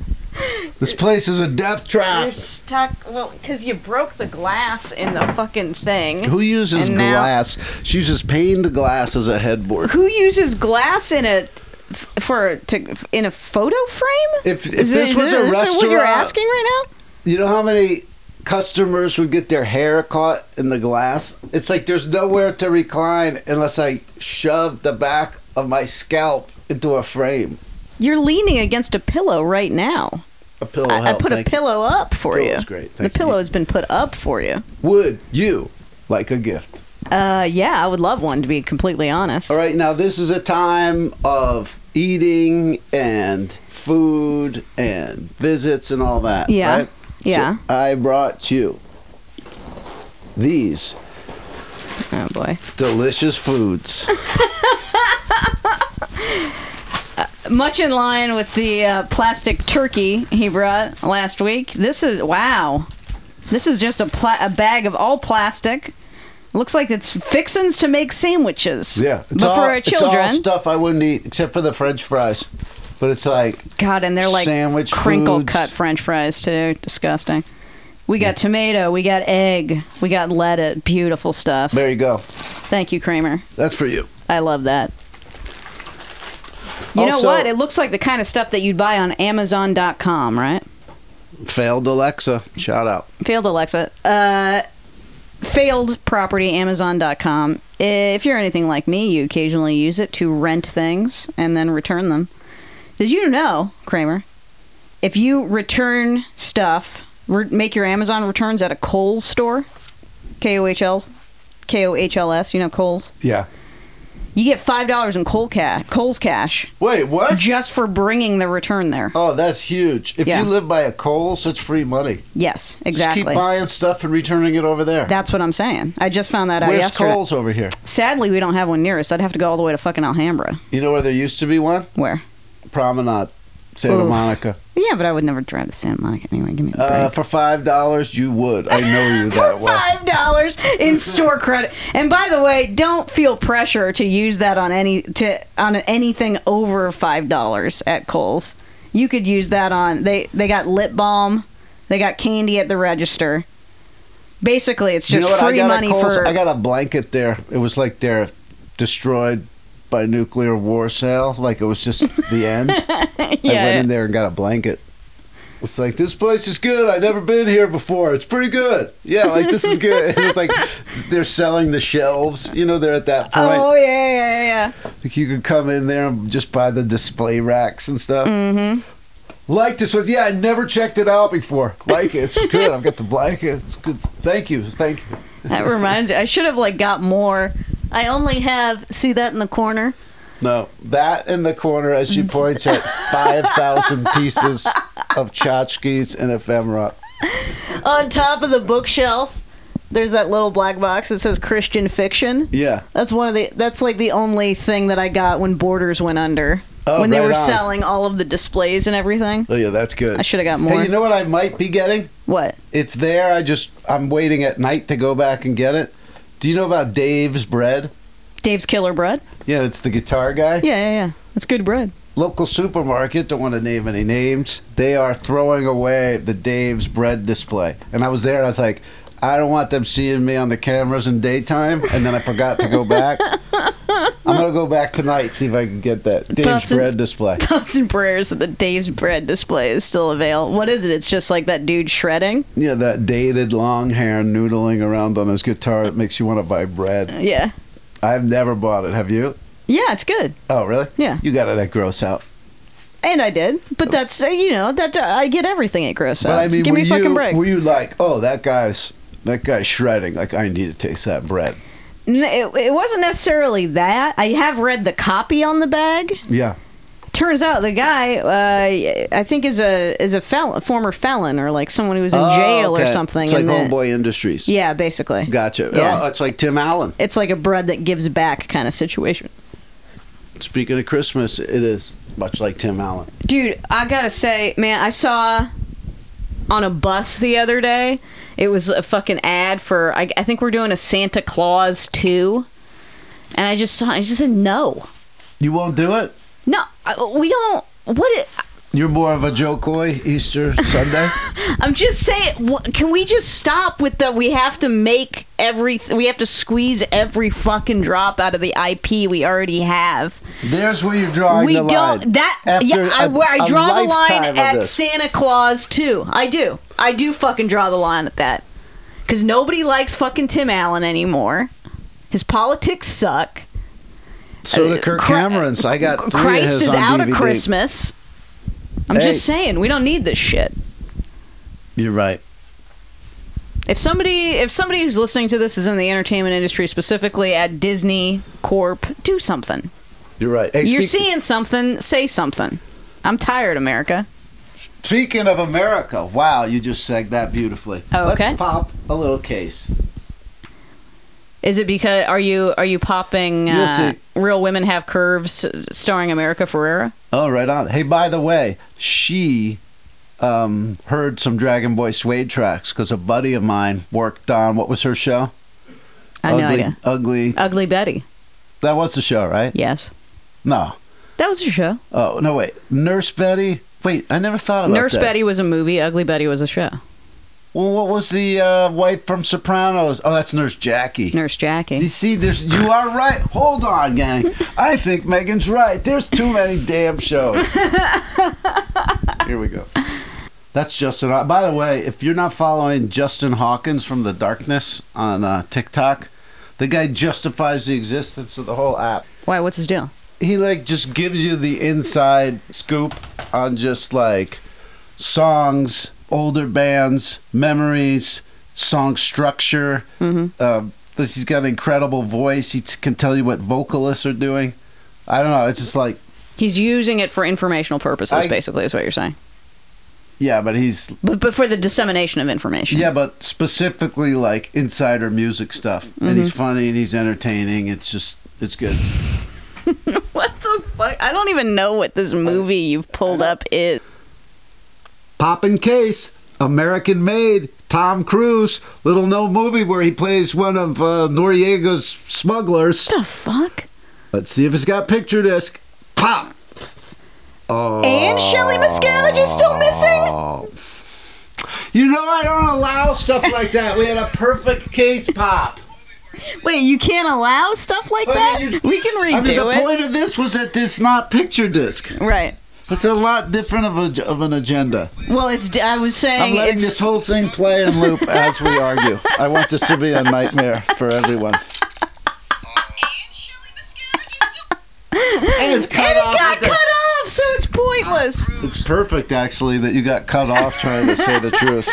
Speaker 1: This place is a death trap.
Speaker 2: You're stuck. Well, because you broke the glass in the fucking thing.
Speaker 1: Who uses
Speaker 2: And now-
Speaker 1: glass? She uses paned glass as a headboard.
Speaker 2: Who uses glass in a f- for to in a photo frame?
Speaker 1: If- if this was a
Speaker 2: this what you're
Speaker 1: restaurant-
Speaker 2: asking right now?
Speaker 1: You know how many customers would get their hair caught in the glass? It's like there's nowhere to recline unless I shove the back of my scalp into a frame.
Speaker 2: You're leaning against a pillow right now.
Speaker 1: A pillow.
Speaker 2: I, I
Speaker 1: help,
Speaker 2: put a
Speaker 1: Oh, thank you.
Speaker 2: pillow up for
Speaker 1: Pillow's
Speaker 2: you.
Speaker 1: great,
Speaker 2: the
Speaker 1: thank you.
Speaker 2: pillow has been put up for you.
Speaker 1: Would you like a gift?
Speaker 2: Uh, yeah, I would love one to be completely honest.
Speaker 1: All right, now this is a time of eating and food and visits and all that.
Speaker 2: Yeah.
Speaker 1: right?
Speaker 2: Yeah.
Speaker 1: So I brought you these
Speaker 2: Oh boy.
Speaker 1: delicious foods.
Speaker 2: much in line with the uh, plastic turkey he brought last week. This is wow. This is just a pla- a bag of all plastic. Looks like it's fixins to make sandwiches.
Speaker 1: Yeah,
Speaker 2: but for our
Speaker 1: It's all
Speaker 2: children,
Speaker 1: stuff I wouldn't eat except for the French fries. But it's like
Speaker 2: God, and they're like
Speaker 1: sandwich
Speaker 2: crinkle
Speaker 1: foods.
Speaker 2: cut French fries too. Disgusting. We got tomato. We got egg. We got lettuce. Beautiful stuff.
Speaker 1: there you go.
Speaker 2: Thank you, Kramer.
Speaker 1: That's for you.
Speaker 2: I love that. You know
Speaker 1: Also-
Speaker 2: what? It looks like the kind of stuff that you'd buy on Amazon.com, right?
Speaker 1: Failed Alexa. Shout out.
Speaker 2: failed Alexa. Uh, failed property, Amazon.com. If you're anything like me, you occasionally use it to rent things and then return them. Did you know, Kramer, if you return stuff, re- make your Amazon returns at a Kohl's store, K O H L's, K O H L S, you know, Kohl's,
Speaker 1: Yeah.
Speaker 2: you get $5 in Kohl ca- Kohl's cash
Speaker 1: Wait, what?
Speaker 2: just for bringing the return there.
Speaker 1: Oh, that's huge. If
Speaker 2: Yeah.
Speaker 1: you live by a Kohl's, it's free money.
Speaker 2: Yes, exactly.
Speaker 1: Just keep buying stuff and returning it over there.
Speaker 2: That's what I'm saying. I just found that out
Speaker 1: Where's
Speaker 2: yesterday.
Speaker 1: Kohl's over here?
Speaker 2: Sadly, we don't have one near us. I'd have to go all the way to fucking Alhambra.
Speaker 1: You know where there used to be one?
Speaker 2: Where?
Speaker 1: Promenade, Santa
Speaker 2: Oof.
Speaker 1: Monica.
Speaker 2: Yeah, but I would never drive to Santa Monica anyway. Give me a break.
Speaker 1: Uh, for five dollars, you would. I know you
Speaker 2: for
Speaker 1: that well.
Speaker 2: five dollars in store credit. And by the way, don't feel pressure to use that on any to on anything over five dollars at Kohl's. You could use that on they they got lip balm, they got candy at the register. Basically, it's
Speaker 1: You
Speaker 2: just
Speaker 1: know what? I
Speaker 2: free
Speaker 1: got at
Speaker 2: money
Speaker 1: Kohl's,
Speaker 2: for.
Speaker 1: I got a blanket there. It was like they're destroyed by nuclear war sale. Like it was just the end. I went in there and got a blanket. It's like this place is good. I've never been here before. It's pretty good. Yeah, like this is good. And it's like they're selling the shelves. You know, they're at that point.
Speaker 2: Oh yeah, yeah, yeah.
Speaker 1: Like you could come in there and just buy the display racks and stuff. Mm-hmm. Like this was, yeah, I never checked it out before. Like it, it's good. I've got the blanket. It's good. Thank you, thank you.
Speaker 2: That reminds me. I should have like got more. I only have see that in the corner.
Speaker 1: No, that in the corner as she points at five thousand pieces of tchotchkes and ephemera.
Speaker 2: on top of the bookshelf there's that little black box that says christian fiction
Speaker 1: Yeah.
Speaker 2: that's one of the that's like the only thing that i got when borders went under
Speaker 1: Oh,
Speaker 2: when they
Speaker 1: right
Speaker 2: were
Speaker 1: on.
Speaker 2: selling all of the displays and everything
Speaker 1: Oh yeah, that's good.
Speaker 2: i should have got more
Speaker 1: Hey, you know what I might be getting?
Speaker 2: what
Speaker 1: It's there. I just I'm waiting at night to go back and get it. Do you know about Dave's bread?
Speaker 2: dave's killer bread
Speaker 1: Yeah, it's the guitar guy.
Speaker 2: yeah yeah yeah that's good bread
Speaker 1: local supermarket, don't want to name any names, they are throwing away the Dave's bread display. And I was there and I was like, I don't want them seeing me on the cameras in daytime. And then I forgot to go back. I'm going to go back tonight, see if I can get that Dave's
Speaker 2: Thoughts and-
Speaker 1: bread display.
Speaker 2: thoughts and prayers that the dave's bread display is still available what is it it's just like that dude shredding
Speaker 1: Yeah, that dated long hair noodling around on his guitar that makes you want to buy bread.
Speaker 2: yeah
Speaker 1: I've never bought it. Have you?
Speaker 2: Yeah, it's good.
Speaker 1: Oh, really?
Speaker 2: Yeah.
Speaker 1: You got it at Gross Out.
Speaker 2: And I did, but that's uh, you know that uh, I get everything at Gross Out.
Speaker 1: But I mean,
Speaker 2: Give
Speaker 1: were
Speaker 2: me a
Speaker 1: you,
Speaker 2: fucking break.
Speaker 1: Were you like, oh, that guy's that guy's shredding? Like, I need to taste that bread.
Speaker 2: N- it, it wasn't necessarily that. I have read the copy on the bag.
Speaker 1: Yeah.
Speaker 2: Turns out the guy, uh, I think, is a is a fel- a former felon or like someone who was in
Speaker 1: Oh,
Speaker 2: jail or
Speaker 1: okay.
Speaker 2: something.
Speaker 1: It's like
Speaker 2: and the-
Speaker 1: Homeboy Industries.
Speaker 2: Yeah, basically.
Speaker 1: Gotcha.
Speaker 2: Yeah.
Speaker 1: Oh, it's like Tim Allen.
Speaker 2: It's like a bread that gives back kind of situation.
Speaker 1: Speaking of Christmas, it is much like Tim Allen.
Speaker 2: Dude, I gotta say, man, I saw on a bus the other day. It was a fucking ad for. I, I think we're doing a Santa Claus two, and I just saw. I just said no,
Speaker 1: You won't do it.
Speaker 2: no. I, we don't. What? It,
Speaker 1: You're more of a Jokoi Easter Sunday.
Speaker 2: I'm just saying. wh- Can we just stop with the? We have to make every. We have to squeeze every fucking drop out of the IP we already have.
Speaker 1: There's where you're drawing
Speaker 2: we
Speaker 1: the line.
Speaker 2: don't that
Speaker 1: After
Speaker 2: yeah I
Speaker 1: a-
Speaker 2: where
Speaker 1: a
Speaker 2: i draw the
Speaker 1: lifetime
Speaker 2: line
Speaker 1: of
Speaker 2: at
Speaker 1: this.
Speaker 2: santa claus too i do i do fucking draw the line at that because nobody likes fucking tim allen anymore his politics suck
Speaker 1: So the Kirk
Speaker 2: Cri-
Speaker 1: Camerons, I got three
Speaker 2: uh, christ
Speaker 1: of his
Speaker 2: is
Speaker 1: on
Speaker 2: out
Speaker 1: DVD.
Speaker 2: of christmas i'm
Speaker 1: Hey.
Speaker 2: just saying we don't need this shit
Speaker 1: You're right.
Speaker 2: if somebody if somebody who's listening to this is in the entertainment industry specifically at disney corp do something
Speaker 1: You're right. Hey,
Speaker 2: you're
Speaker 1: speak-
Speaker 2: seeing something say something i'm tired america
Speaker 1: Speaking of America, wow, you just said that beautifully.
Speaker 2: Oh, Okay.
Speaker 1: Let's pop a little case.
Speaker 2: Is it because are you are you popping
Speaker 1: You'll
Speaker 2: uh,
Speaker 1: see.
Speaker 2: real women have curves uh, starring America Ferrera?
Speaker 1: Oh, right on. Hey, by the way, she um, heard some Dragon Boy Suede tracks because a buddy of mine worked on what was her show?
Speaker 2: I
Speaker 1: ugly,
Speaker 2: know idea.
Speaker 1: ugly.
Speaker 2: Ugly Betty.
Speaker 1: That was the show, right?
Speaker 2: Yes,
Speaker 1: No.
Speaker 2: that was a show.
Speaker 1: Oh no, wait. Nurse Betty. Wait, I never thought about
Speaker 2: Nurse
Speaker 1: that.
Speaker 2: Betty was a movie. Ugly Betty was a show.
Speaker 1: Well, what was the uh, wife from Sopranos? Oh, that's Nurse Jackie.
Speaker 2: Nurse
Speaker 1: You
Speaker 2: Jackie.
Speaker 1: see, there's you are right. Hold on, gang. I think Megan's right. There's too many damn shows. Here we go. That's Justin. Haw- By the way, if you're not following Justin Hawkins from the Darkness on uh, TikTok, the guy justifies the existence of the whole app.
Speaker 2: Why? What's his deal?
Speaker 1: He like just gives you the inside scoop on just like songs, older bands, memories, song structure. Um, this- he's got an incredible voice. He t- can tell you what vocalists are doing. I don't know. It's just like,
Speaker 2: He's using it for informational purposes,
Speaker 1: I-
Speaker 2: basically, is what you're saying.
Speaker 1: yeah, but he's,
Speaker 2: But, but for the dissemination of information.
Speaker 1: yeah, but specifically like insider music stuff. And he's funny and he's entertaining. It's just, it's good.
Speaker 2: What the fuck? I don't even know what this movie you've pulled up is.
Speaker 1: Poppin' Case, American Made, Tom Cruise, little known movie where he plays one of uh, Noriega's smugglers.
Speaker 2: The fuck?
Speaker 1: Let's see if it's got picture disc. Pop. Oh.
Speaker 2: And Shelly Miscavige is still missing.
Speaker 1: You know I don't allow stuff like that. We had a perfect case pop.
Speaker 2: Wait, you can't allow stuff like
Speaker 1: I
Speaker 2: that.
Speaker 1: mean, you-
Speaker 2: we can redo
Speaker 1: I mean, the
Speaker 2: it.
Speaker 1: point of this was that it's not picture disc.
Speaker 2: Right.
Speaker 1: It's a lot different of, a, of an agenda.
Speaker 2: Well, it's. I was saying.
Speaker 1: I'm letting
Speaker 2: it's,
Speaker 1: this whole thing play and loop as we argue. I want this to be a nightmare for everyone. And it's cut
Speaker 2: and it
Speaker 1: off
Speaker 2: got
Speaker 1: at the-
Speaker 2: cut off, so it's pointless.
Speaker 1: It's perfect, actually, that you got cut off trying to say the truth.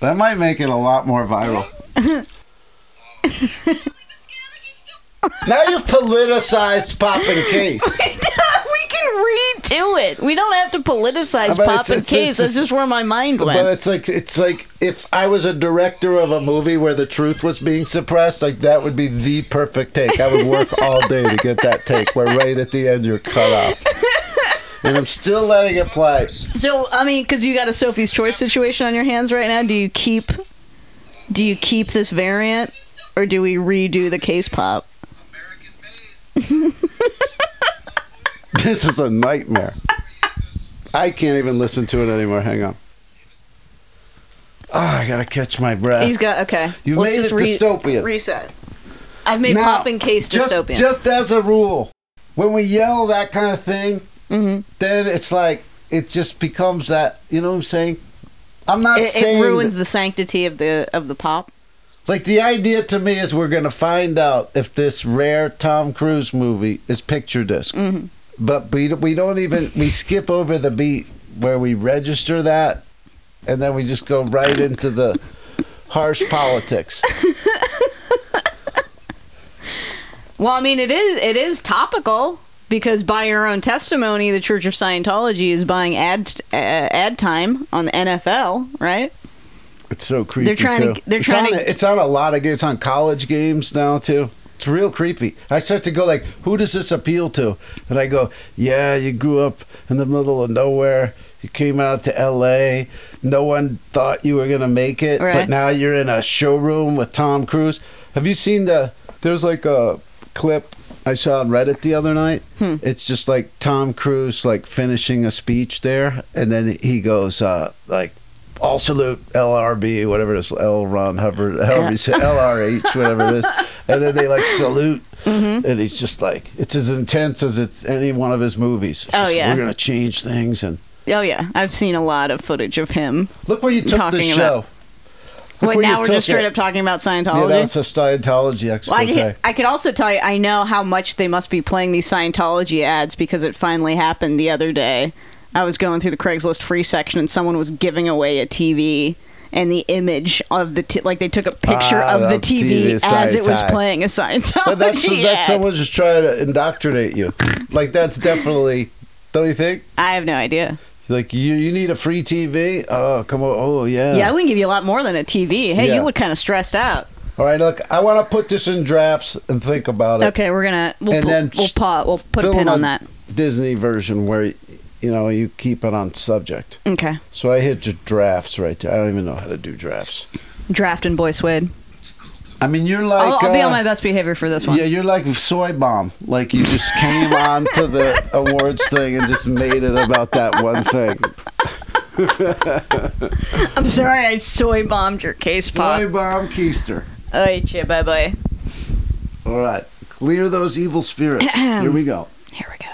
Speaker 1: That might make it a lot more viral. now you've politicized popping case.
Speaker 2: we can redo it. We don't have to politicize
Speaker 1: But
Speaker 2: Pop
Speaker 1: it's-
Speaker 2: and
Speaker 1: it's-
Speaker 2: Case.
Speaker 1: it's-
Speaker 2: That's just where my mind
Speaker 1: But
Speaker 2: went.
Speaker 1: it's like it's like if I was a director of a movie where the truth was being suppressed, like that would be the perfect take. I would work all day to get that take where right at the end you're cut off. And I'm still letting it play.
Speaker 2: So I mean, because you got a Sophie's Choice situation on your hands right now. Do you keep? Do you keep this variant, or do we redo the Case Pop?
Speaker 1: This is a nightmare. I can't even listen to it anymore. Hang on. Ah, I gotta catch my breath.
Speaker 2: He's got okay.
Speaker 1: You
Speaker 2: Let's
Speaker 1: made it
Speaker 2: just
Speaker 1: dystopian.
Speaker 2: Reset. I've made
Speaker 1: Now,
Speaker 2: Pop and Case
Speaker 1: just,
Speaker 2: dystopian.
Speaker 1: Just as a rule, when we yell that kind of thing,
Speaker 2: Mhm.
Speaker 1: then it's like it just becomes that. You know what I'm saying? I'm not
Speaker 2: it, it
Speaker 1: saying.
Speaker 2: ruins the sanctity of the of the pop.
Speaker 1: Like the idea to me is we're gonna find out if this rare Tom Cruise movie is picture disk,
Speaker 2: Mm-hmm.
Speaker 1: but we we don't even we skip over the beat where we register that, and then we just go right into the harsh politics.
Speaker 2: Well, I mean, it is it is topical because by your own testimony, the Church of Scientology is buying ad uh, ad time on the NFL, right?
Speaker 1: It's so creepy.
Speaker 2: They're trying
Speaker 1: too.
Speaker 2: to- they're
Speaker 1: it's
Speaker 2: trying
Speaker 1: on,
Speaker 2: to-
Speaker 1: a- It's on a lot of games. It's on college games now too. It's real creepy. I start to go like, who does this appeal to? And I go, yeah, you grew up in the middle of nowhere. You came out to L.A. No one thought you were gonna make it, but
Speaker 2: Right.
Speaker 1: now you're in a showroom with Tom Cruise. Have you seen the? There's like a clip I saw on Reddit the other night.
Speaker 2: Hmm.
Speaker 1: It's just like Tom Cruise like finishing a speech there, and then he goes uh, like, "All salute LRB, whatever it is, L. Ron Hubbard, however you say LRH, whatever it is," and then they like salute,
Speaker 2: Mm-hmm.
Speaker 1: and he's just like, it's as intense as it's any one of his movies. It's
Speaker 2: Oh,
Speaker 1: just,
Speaker 2: yeah.
Speaker 1: we're gonna change things, and
Speaker 2: Oh yeah, I've seen a lot of footage of him.
Speaker 1: look where you took this
Speaker 2: Talking
Speaker 1: show.
Speaker 2: about-
Speaker 1: Look
Speaker 2: Wait,
Speaker 1: where you
Speaker 2: now we're
Speaker 1: took
Speaker 2: just straight
Speaker 1: it.
Speaker 2: up talking about
Speaker 1: Yeah,
Speaker 2: Scientology.
Speaker 1: that's a Scientology expose.
Speaker 2: Well, I, can- I could also tell you, I know how much they must be playing these Scientology ads because it finally happened the other day. I was going through the Craigslist free section and someone was giving away a TV and the image of the t- like they took a picture
Speaker 1: Ah,
Speaker 2: of the
Speaker 1: the TV
Speaker 2: TV as it was
Speaker 1: Scientology.
Speaker 2: playing a Scientology
Speaker 1: But that's
Speaker 2: ad.
Speaker 1: that's someone just trying to indoctrinate you. Like that's definitely, don't you think?
Speaker 2: I have no idea.
Speaker 1: Like you, you need a free TV. Oh come on! Oh yeah.
Speaker 2: Yeah, I wouldn't give you a lot more than a TV. Hey,
Speaker 1: Yeah.
Speaker 2: you look kind of stressed out.
Speaker 1: All right, look, I want to put this in drafts and think about it.
Speaker 2: Okay, we're gonna we'll
Speaker 1: And
Speaker 2: pu-
Speaker 1: then
Speaker 2: we'll
Speaker 1: sh-
Speaker 2: pa- we'll put a
Speaker 1: Film
Speaker 2: pin on that.
Speaker 1: Disney version where, you know, you keep it on subject.
Speaker 2: Okay,
Speaker 1: So I hit j- drafts right there. I don't even know how to do drafts.
Speaker 2: drafting boy Suede.
Speaker 1: I mean, you're like
Speaker 2: I'll, I'll be
Speaker 1: uh,
Speaker 2: on my best behavior for this one.
Speaker 1: Yeah, you're like soy bomb. Like you just came on to the awards thing and just made it about that one thing.
Speaker 2: I'm sorry, I soy bombed your case pop. Oh,
Speaker 1: Soy bomb keister.
Speaker 2: All right, yeah, bye bye.
Speaker 1: All right, clear those evil spirits. Here we go.
Speaker 2: Here we go.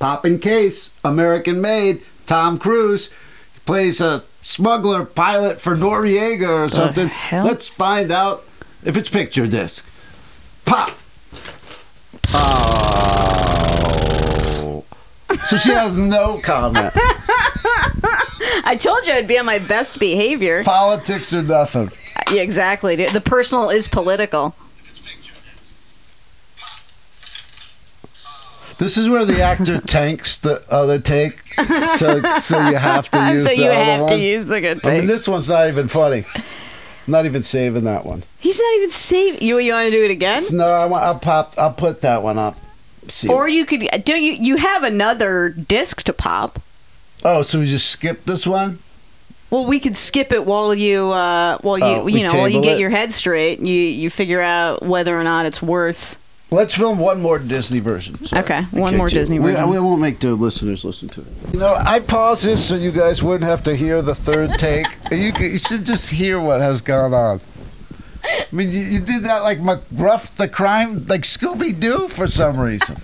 Speaker 1: Pop in Case, American Made, Tom Cruise plays a smuggler pilot for Noriega or something.
Speaker 2: hell?
Speaker 1: Let's find out if it's picture disc. Pop. Oh. So she has no comment.
Speaker 2: I told you I'd be on my best behavior.
Speaker 1: Politics or nothing.
Speaker 2: Yeah, exactly. dude. The personal is political.
Speaker 1: This is where the actor tanks the other take, so so you have to use
Speaker 2: so
Speaker 1: the
Speaker 2: you
Speaker 1: other
Speaker 2: have to
Speaker 1: one.
Speaker 2: use the good
Speaker 1: I
Speaker 2: thing.
Speaker 1: mean, this one's not even funny. Not even saving that one.
Speaker 2: He's not even saving. You you want to do it again?
Speaker 1: No, I want. I'll pop. I'll put that one up. See.
Speaker 2: Or you could don't you you have another disc to pop?
Speaker 1: oh, so we just skip this one?
Speaker 2: Well, we could skip it while you uh while you
Speaker 1: Oh, we
Speaker 2: you know while you
Speaker 1: table
Speaker 2: get
Speaker 1: it?
Speaker 2: your head straight. You you figure out whether or not it's worth.
Speaker 1: Let's film one more Disney version. Sorry.
Speaker 2: Okay,
Speaker 1: I
Speaker 2: one more
Speaker 1: kicked you.
Speaker 2: Disney
Speaker 1: We-
Speaker 2: version.
Speaker 1: We, won't make the listeners listen to it. You know, I paused this so you guys wouldn't have to hear the third take. you, c- you should just hear what has gone on. I mean, you, you did that like McGruff the crime, like Scooby Doo for some reason.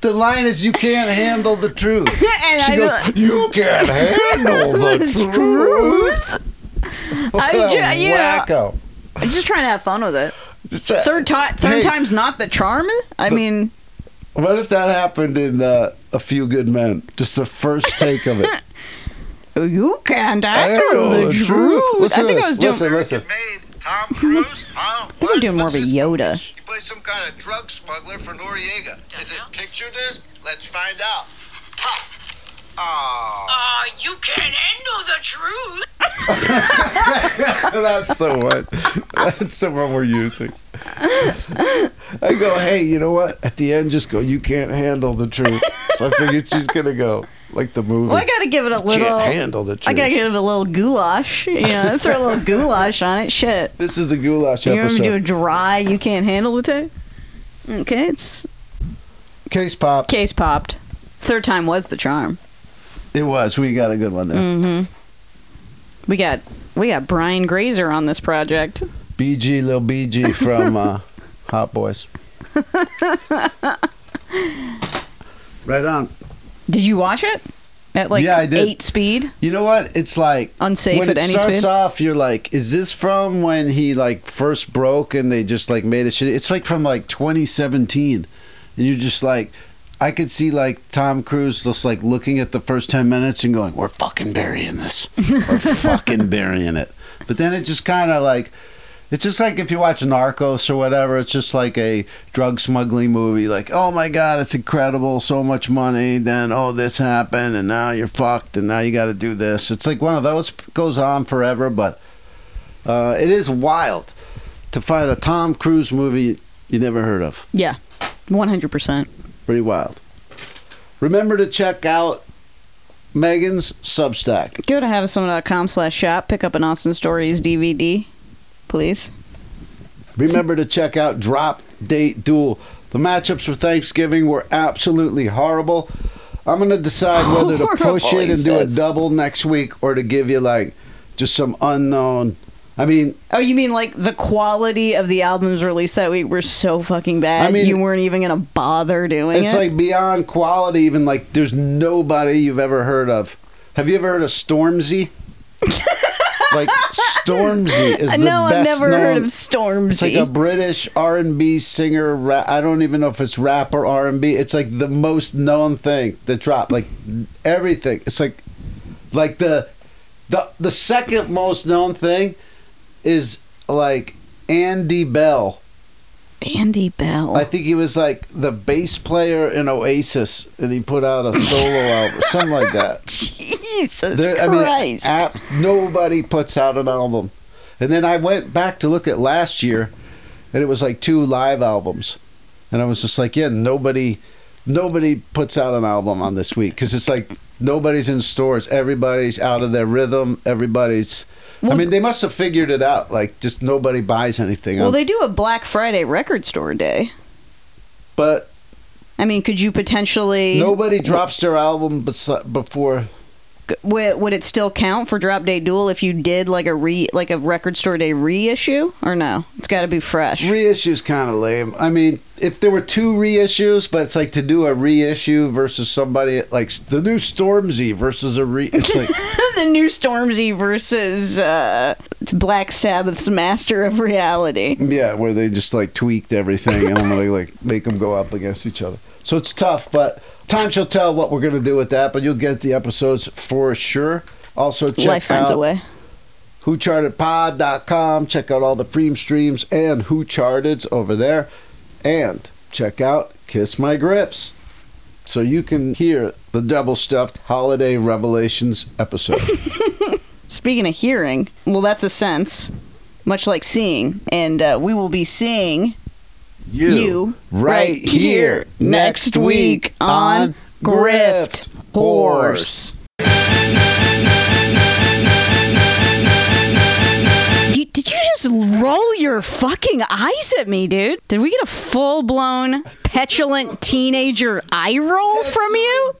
Speaker 1: The line is, "You can't handle the truth."
Speaker 2: And
Speaker 1: She
Speaker 2: I
Speaker 1: goes,
Speaker 2: don't-
Speaker 1: "You can't handle the truth."
Speaker 2: I'm
Speaker 1: What a
Speaker 2: ju- you know-
Speaker 1: wacko.
Speaker 2: I'm just trying to have fun with it. Third time, third
Speaker 1: Hey.
Speaker 2: time's not the charm. I mean,
Speaker 1: What if that happened in uh, A Few Good Men? Just the first take of it.
Speaker 2: you can't
Speaker 1: I
Speaker 2: handle
Speaker 1: know
Speaker 2: the,
Speaker 1: the
Speaker 2: truth.
Speaker 1: truth. Listen
Speaker 2: I
Speaker 1: to
Speaker 2: think
Speaker 1: this.
Speaker 2: I was doing.
Speaker 1: Listen, listen.
Speaker 4: Made Tom Cruise? Huh?
Speaker 2: I think I'm doing more of
Speaker 4: What's
Speaker 2: a
Speaker 4: this?
Speaker 2: Yoda.
Speaker 4: He plays some kind of drug smuggler for Noriega. Is it picture disc? Let's find out. Pop. Oh.
Speaker 5: Uh, you can't handle the truth.
Speaker 1: That's the one. That's the one we're using. I go, hey, you know what? At the end, just go, you can't handle the truth. So I figured she's going to go, like the movie.
Speaker 2: Well, I gotta give it a little.
Speaker 1: can't
Speaker 2: I
Speaker 1: handle the truth.
Speaker 2: gotta give it a little goulash. You know, throw a little goulash on it. Shit,
Speaker 1: this is the goulash
Speaker 2: you remember
Speaker 1: episode.
Speaker 2: do a dry? You can't handle the tape. Okay, it's
Speaker 1: Case pop.
Speaker 2: case popped. Third time was the charm.
Speaker 1: It was. We got a good one there.
Speaker 2: We got we got Brian Grazer on this project.
Speaker 1: BG, little BG from uh, Hot Boys. right on.
Speaker 2: Did you watch it? at like
Speaker 1: Yeah, I did.
Speaker 2: eight speed.
Speaker 1: You know what? It's like
Speaker 2: Unsafe
Speaker 1: when
Speaker 2: at
Speaker 1: it
Speaker 2: any
Speaker 1: starts
Speaker 2: speed?
Speaker 1: off. You're like, is this from when he like first broke and they just like made a shit? It's like from like 2017, and you're just like, I could see like Tom Cruise just like looking at the first 10 minutes and going, "We're fucking burying this. We're fucking burying it." But then it just kind of like. It's just like if you watch Narcos or whatever, it's just like a drug smuggling movie. Like, oh my God, it's incredible, so much money. Then, oh, this happened, and now you're fucked, and now you got to do this. It's like one of those goes on forever, but uh, it is wild to find a Tom Cruise movie you never heard of.
Speaker 2: Yeah, one hundred percent.
Speaker 1: Pretty wild. Remember to check out Megan's Substack.
Speaker 2: Go to haveasummer.com slash shop. Pick up an Austin Stories DVD, please.
Speaker 1: Remember to check out Drop Date Duel. The matchups for Thanksgiving were absolutely horrible. I'm going to decide whether to push
Speaker 2: Horrible,
Speaker 1: it
Speaker 2: he
Speaker 1: and do a
Speaker 2: says.
Speaker 1: double next week or to give you like just some unknown. I mean,
Speaker 2: Oh, you mean like the quality of the albums released that week were so fucking bad?
Speaker 1: I mean-
Speaker 2: you weren't even gonna bother doing
Speaker 1: it's
Speaker 2: it.
Speaker 1: like beyond quality, even like there's nobody you've ever heard of. Have you ever heard of Stormzy? like Stormzy is the
Speaker 2: no, I've
Speaker 1: best
Speaker 2: never heard of
Speaker 1: known- It's
Speaker 2: Stormzy.
Speaker 1: like a British R and B singer. Ra- I don't even know if it's rap or R and B. It's like the most known thing that dropped. Like everything. It's like like the the the second most known thing is like Andy Bell.
Speaker 2: Andy Bell.
Speaker 1: I think he was like the bass player in Oasis, and he put out a solo album, something like that.
Speaker 2: Jesus
Speaker 1: There- I mean,
Speaker 2: Christ.
Speaker 1: app, nobody puts out an album. And then I went back to look at last year, and it was like two live albums, and I was just like, yeah, nobody, nobody puts out an album on this week because it's like nobody's in stores, everybody's out of their rhythm, everybody's. I
Speaker 2: Well-
Speaker 1: mean, they must have figured it out. Like, just nobody buys anything.
Speaker 2: well,
Speaker 1: on,
Speaker 2: they do a Black Friday record store day.
Speaker 1: but
Speaker 2: I mean, could you potentially?
Speaker 1: nobody drops their album bes- before
Speaker 2: Would, would it still count for Drop Day Duel if you did like a re like a record store day reissue or no? It's got to be fresh.
Speaker 1: Reissue's kind of lame. I mean, if there were two reissues, but it's like to do a reissue versus somebody like s- the new Stormzy versus a re. It's like
Speaker 2: the new Stormzy versus uh, Black Sabbath's Master of Reality.
Speaker 1: yeah, where they just like tweaked everything and I'm gonna like make them go up against each other. So it's tough, but time shall tell what we're gonna do with that. But you'll get the episodes for sure. Also check
Speaker 2: Life finds
Speaker 1: out
Speaker 2: a way.
Speaker 1: whochartedpod.com. Check out all the preem streams and Who Charted's over there. And check out Kiss My Grips. So you can hear the double stuffed holiday revelations episode.
Speaker 2: Speaking of hearing, well, that's a sense, much like seeing, and uh, we will be seeing you,
Speaker 1: right here next week on Grift Horse.
Speaker 2: You- did you just roll your fucking eyes at me, dude? Did we get a full blown petulant teenager eye roll from you?